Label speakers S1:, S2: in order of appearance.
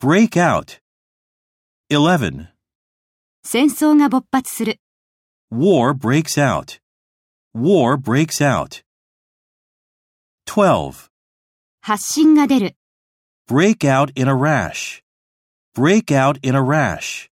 S1: Break out. 11.
S2: 戦争が勃発する。
S1: War breaks out. War breaks out. 12.
S2: 発信が出る。
S1: Break out in a rash. Break out in a rash.